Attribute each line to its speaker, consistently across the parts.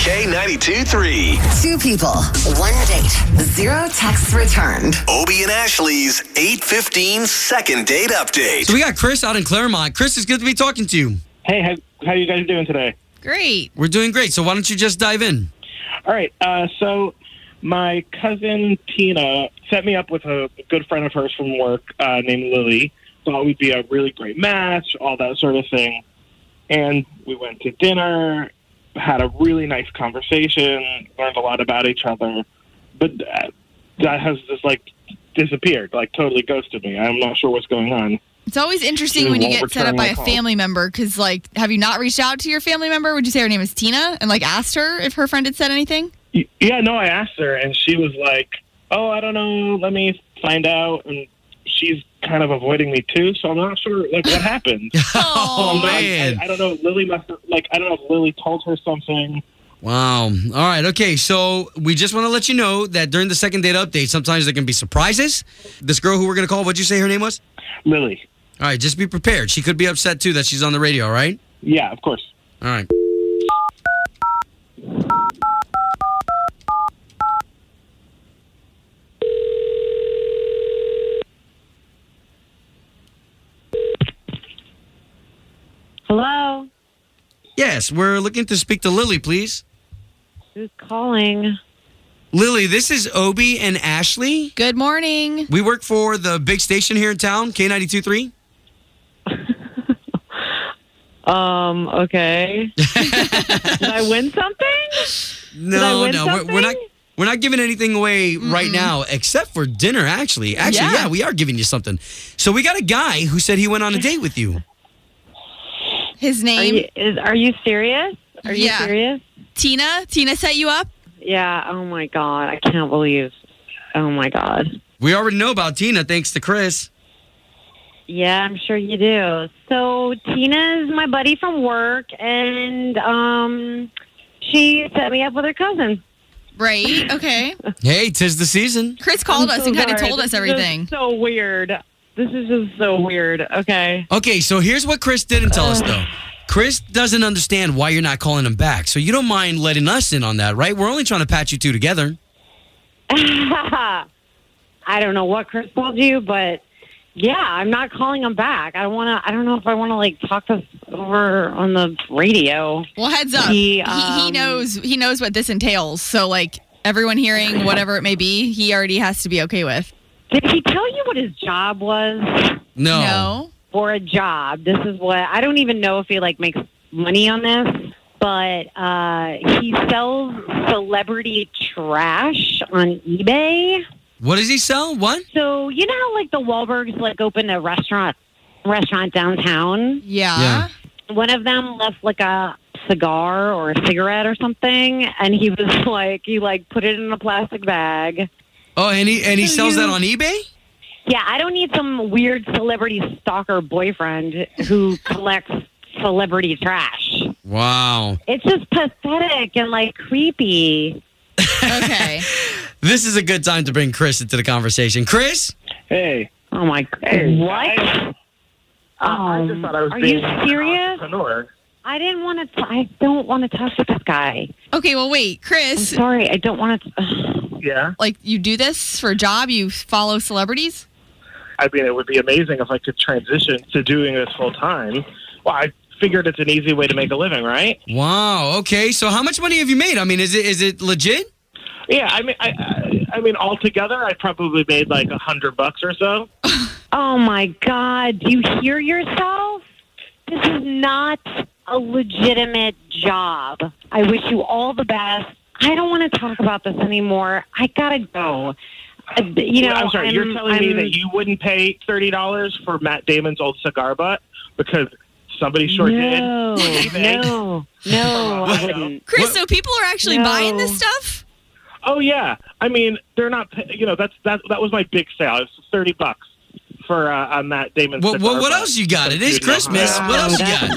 Speaker 1: K92 3.
Speaker 2: Two people, one date, zero texts returned.
Speaker 1: Obie and Ashley's 815 second date update.
Speaker 3: So we got Chris out in Claremont. Chris, it's good to be talking to you.
Speaker 4: Hey, how, how you guys doing today?
Speaker 5: Great.
Speaker 3: We're doing great. So why don't you just dive in?
Speaker 4: All right. Uh, so my cousin Tina set me up with a good friend of hers from work uh, named Lily. Thought we'd be a really great match, all that sort of thing. And we went to dinner, had a really nice conversation, learned a lot about each other. But that, that has just like disappeared, like totally ghosted me. I'm not sure what's going on.
Speaker 5: It's always interesting
Speaker 4: She
Speaker 5: when you
Speaker 4: won't
Speaker 5: get set up
Speaker 4: return
Speaker 5: by
Speaker 4: my
Speaker 5: a
Speaker 4: call.
Speaker 5: family member because, like, have you not reached out to your family member? Would you say her name is Tina and, like, asked her if her friend had said anything?
Speaker 4: Y- Yeah, no, I asked her, and she was like, "Oh, I don't know. Let me find out." And she's kind of avoiding me too, so I'm not sure like what happened.
Speaker 5: Oh,
Speaker 4: Um, I-
Speaker 3: man.
Speaker 4: I, I don't know. Lily must have, like I don't know if Lily told her something.
Speaker 3: Wow. All right. Okay. So we just want to let you know that during the second date update, sometimes there can be surprises. This girl who we're going to call, what'd you say her name was?
Speaker 4: Lily,
Speaker 3: All right. Just be prepared. She could be upset too that she's on the radio, all right?
Speaker 4: yeah, of course.
Speaker 3: All right.
Speaker 6: Hello,
Speaker 3: Yes. We're looking to speak to Lily, please.
Speaker 6: who's calling?
Speaker 3: Lily, this is Obi and Ashley.
Speaker 5: Good morning.
Speaker 3: We work for the big station here in town, K92.3.
Speaker 6: Um, okay. Did I win something? Did I
Speaker 3: No,
Speaker 6: win
Speaker 3: no, we're, we're not.
Speaker 6: something?
Speaker 3: We're not giving anything away right now, except for dinner. Actually, actually, yeah.
Speaker 5: Yeah.
Speaker 3: we are giving you something. So we got a guy who said he went on a date with you.
Speaker 5: His
Speaker 6: Are
Speaker 5: name,
Speaker 6: you, is, are you serious? Are you
Speaker 5: Yeah.
Speaker 6: serious?
Speaker 5: Tina. Tina set you up?
Speaker 6: Yeah. Oh my god, I can't believe. Oh my god.
Speaker 3: We already know about Tina, thanks to Chris.
Speaker 6: Yeah, I'm sure you do. So Tina is my buddy from work, and um, she set me up with her cousin.
Speaker 5: Right. Okay.
Speaker 3: Hey, tis the season.
Speaker 5: Chris called
Speaker 6: I'm
Speaker 5: us
Speaker 6: so
Speaker 5: and kind of
Speaker 6: sorry.
Speaker 5: told
Speaker 6: This
Speaker 5: us
Speaker 6: is
Speaker 5: everything.
Speaker 6: just so weird. This is just so weird. Okay.
Speaker 3: Okay, so here's what Chris didn't tell us though. Chris doesn't understand why you're not calling him back, so you don't mind letting us in on that, right? We're only trying to patch you two together.
Speaker 6: I don't know what Chris told you, but yeah, I'm not calling him back. I don't want to. I don't know if I want to like talk this over on the radio.
Speaker 5: Well, heads up.
Speaker 6: He,
Speaker 5: He, he
Speaker 6: um,
Speaker 5: knows he knows what this entails. So, like, everyone hearing whatever it may be, he already has to be okay with.
Speaker 6: Did he tell you what his job was?
Speaker 3: No.
Speaker 5: No.
Speaker 6: For a job, this is what I don't even know if he like makes money on this, but uh, he sells celebrity trash on eBay.
Speaker 3: What does he sell? What?
Speaker 6: So you know how like the Wahlbergs like opened a restaurant restaurant downtown.
Speaker 5: Yeah.
Speaker 3: Yeah.
Speaker 6: one of them left like a cigar or a cigarette or something and he was like he like put it in a plastic bag
Speaker 3: Oh, and he and he
Speaker 6: So
Speaker 3: sells
Speaker 6: you-
Speaker 3: that on eBay?
Speaker 6: yeah i don't need some weird celebrity stalker boyfriend who collects celebrity trash
Speaker 3: Wow.
Speaker 6: it's just pathetic and like creepy
Speaker 5: Okay.
Speaker 3: This is a good time to bring Chris into the conversation. Chris?
Speaker 4: Hey,
Speaker 6: oh my god
Speaker 4: Hey,
Speaker 6: what
Speaker 4: I- Uh,
Speaker 6: Um, are you serious i didn't want to i don't want to talk to this guy
Speaker 5: okay. Well, wait,
Speaker 6: i'm
Speaker 5: Chris.
Speaker 6: sorry i don't want to
Speaker 4: Yeah,
Speaker 5: Like, you do this for a job? You follow celebrities?
Speaker 4: I mean, it would be amazing if I could transition to doing this full time. Well, I figured it's an easy way to make a living, right?
Speaker 3: Wow. Okay. So how much money have you made? I mean, is it is it legit?
Speaker 4: Yeah, I mean, I, I, I mean, altogether, I probably made like a hundred bucks or so.
Speaker 6: Oh my God, do you hear yourself? This is not a legitimate job. I wish you all the best. I don't want to talk about this anymore. I gotta go. Uh, You know,
Speaker 4: I'm sorry. you're telling me
Speaker 6: I'm-
Speaker 4: that you wouldn't pay thirty dollars for Matt Damon's old cigar butt because Somebody sure did.
Speaker 6: no,
Speaker 4: did.
Speaker 6: no, no, I wouldn't.
Speaker 5: Chris,
Speaker 3: What-
Speaker 5: so people are actually
Speaker 6: No.
Speaker 5: buying this stuff?
Speaker 4: Oh yeah, I mean they're not. pay- You know that's that that was my big sale. It was thirty bucks for uh, on that Damon.
Speaker 3: What, what, what
Speaker 4: Sitar,
Speaker 3: else you got? It is
Speaker 4: Dude, no.
Speaker 3: Christmas. What else you got?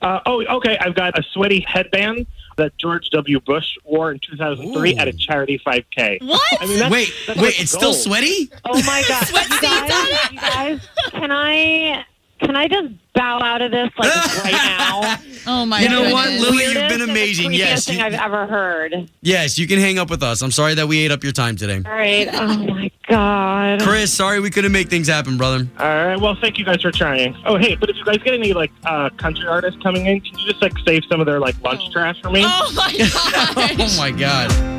Speaker 4: but- Uh, oh, okay. I've got a sweaty headband that George W. Bush wore in 2003
Speaker 3: Ooh.
Speaker 4: at a charity 5K.
Speaker 5: What?
Speaker 4: I mean, that's,
Speaker 3: Wait,
Speaker 4: that's
Speaker 3: wait,
Speaker 4: like
Speaker 3: it's still
Speaker 4: gold.
Speaker 3: sweaty?
Speaker 6: Oh my god,
Speaker 5: Sweat
Speaker 6: you
Speaker 5: stains on
Speaker 6: guys, you guys, can I can I just bow out of this like right now?
Speaker 5: oh my
Speaker 3: You know what,
Speaker 5: goodness.
Speaker 3: Lily, you've
Speaker 6: Weirdest
Speaker 3: been
Speaker 6: and the
Speaker 3: amazing.
Speaker 6: creepiest
Speaker 3: Yes,
Speaker 6: thing
Speaker 3: you-
Speaker 6: I've ever heard.
Speaker 3: Yes, you can hang up with us. I'm sorry that we ate up your time today.
Speaker 6: All right. Oh my god.
Speaker 3: Chris, sorry we couldn't make things happen, brother.
Speaker 4: All right. Well, thank you guys for trying. Oh, hey, but if you guys get any like uh, country artists coming in, can you just like save some of their like lunch
Speaker 5: Oh.
Speaker 4: trash for me?
Speaker 5: Oh my god.
Speaker 3: Oh my God.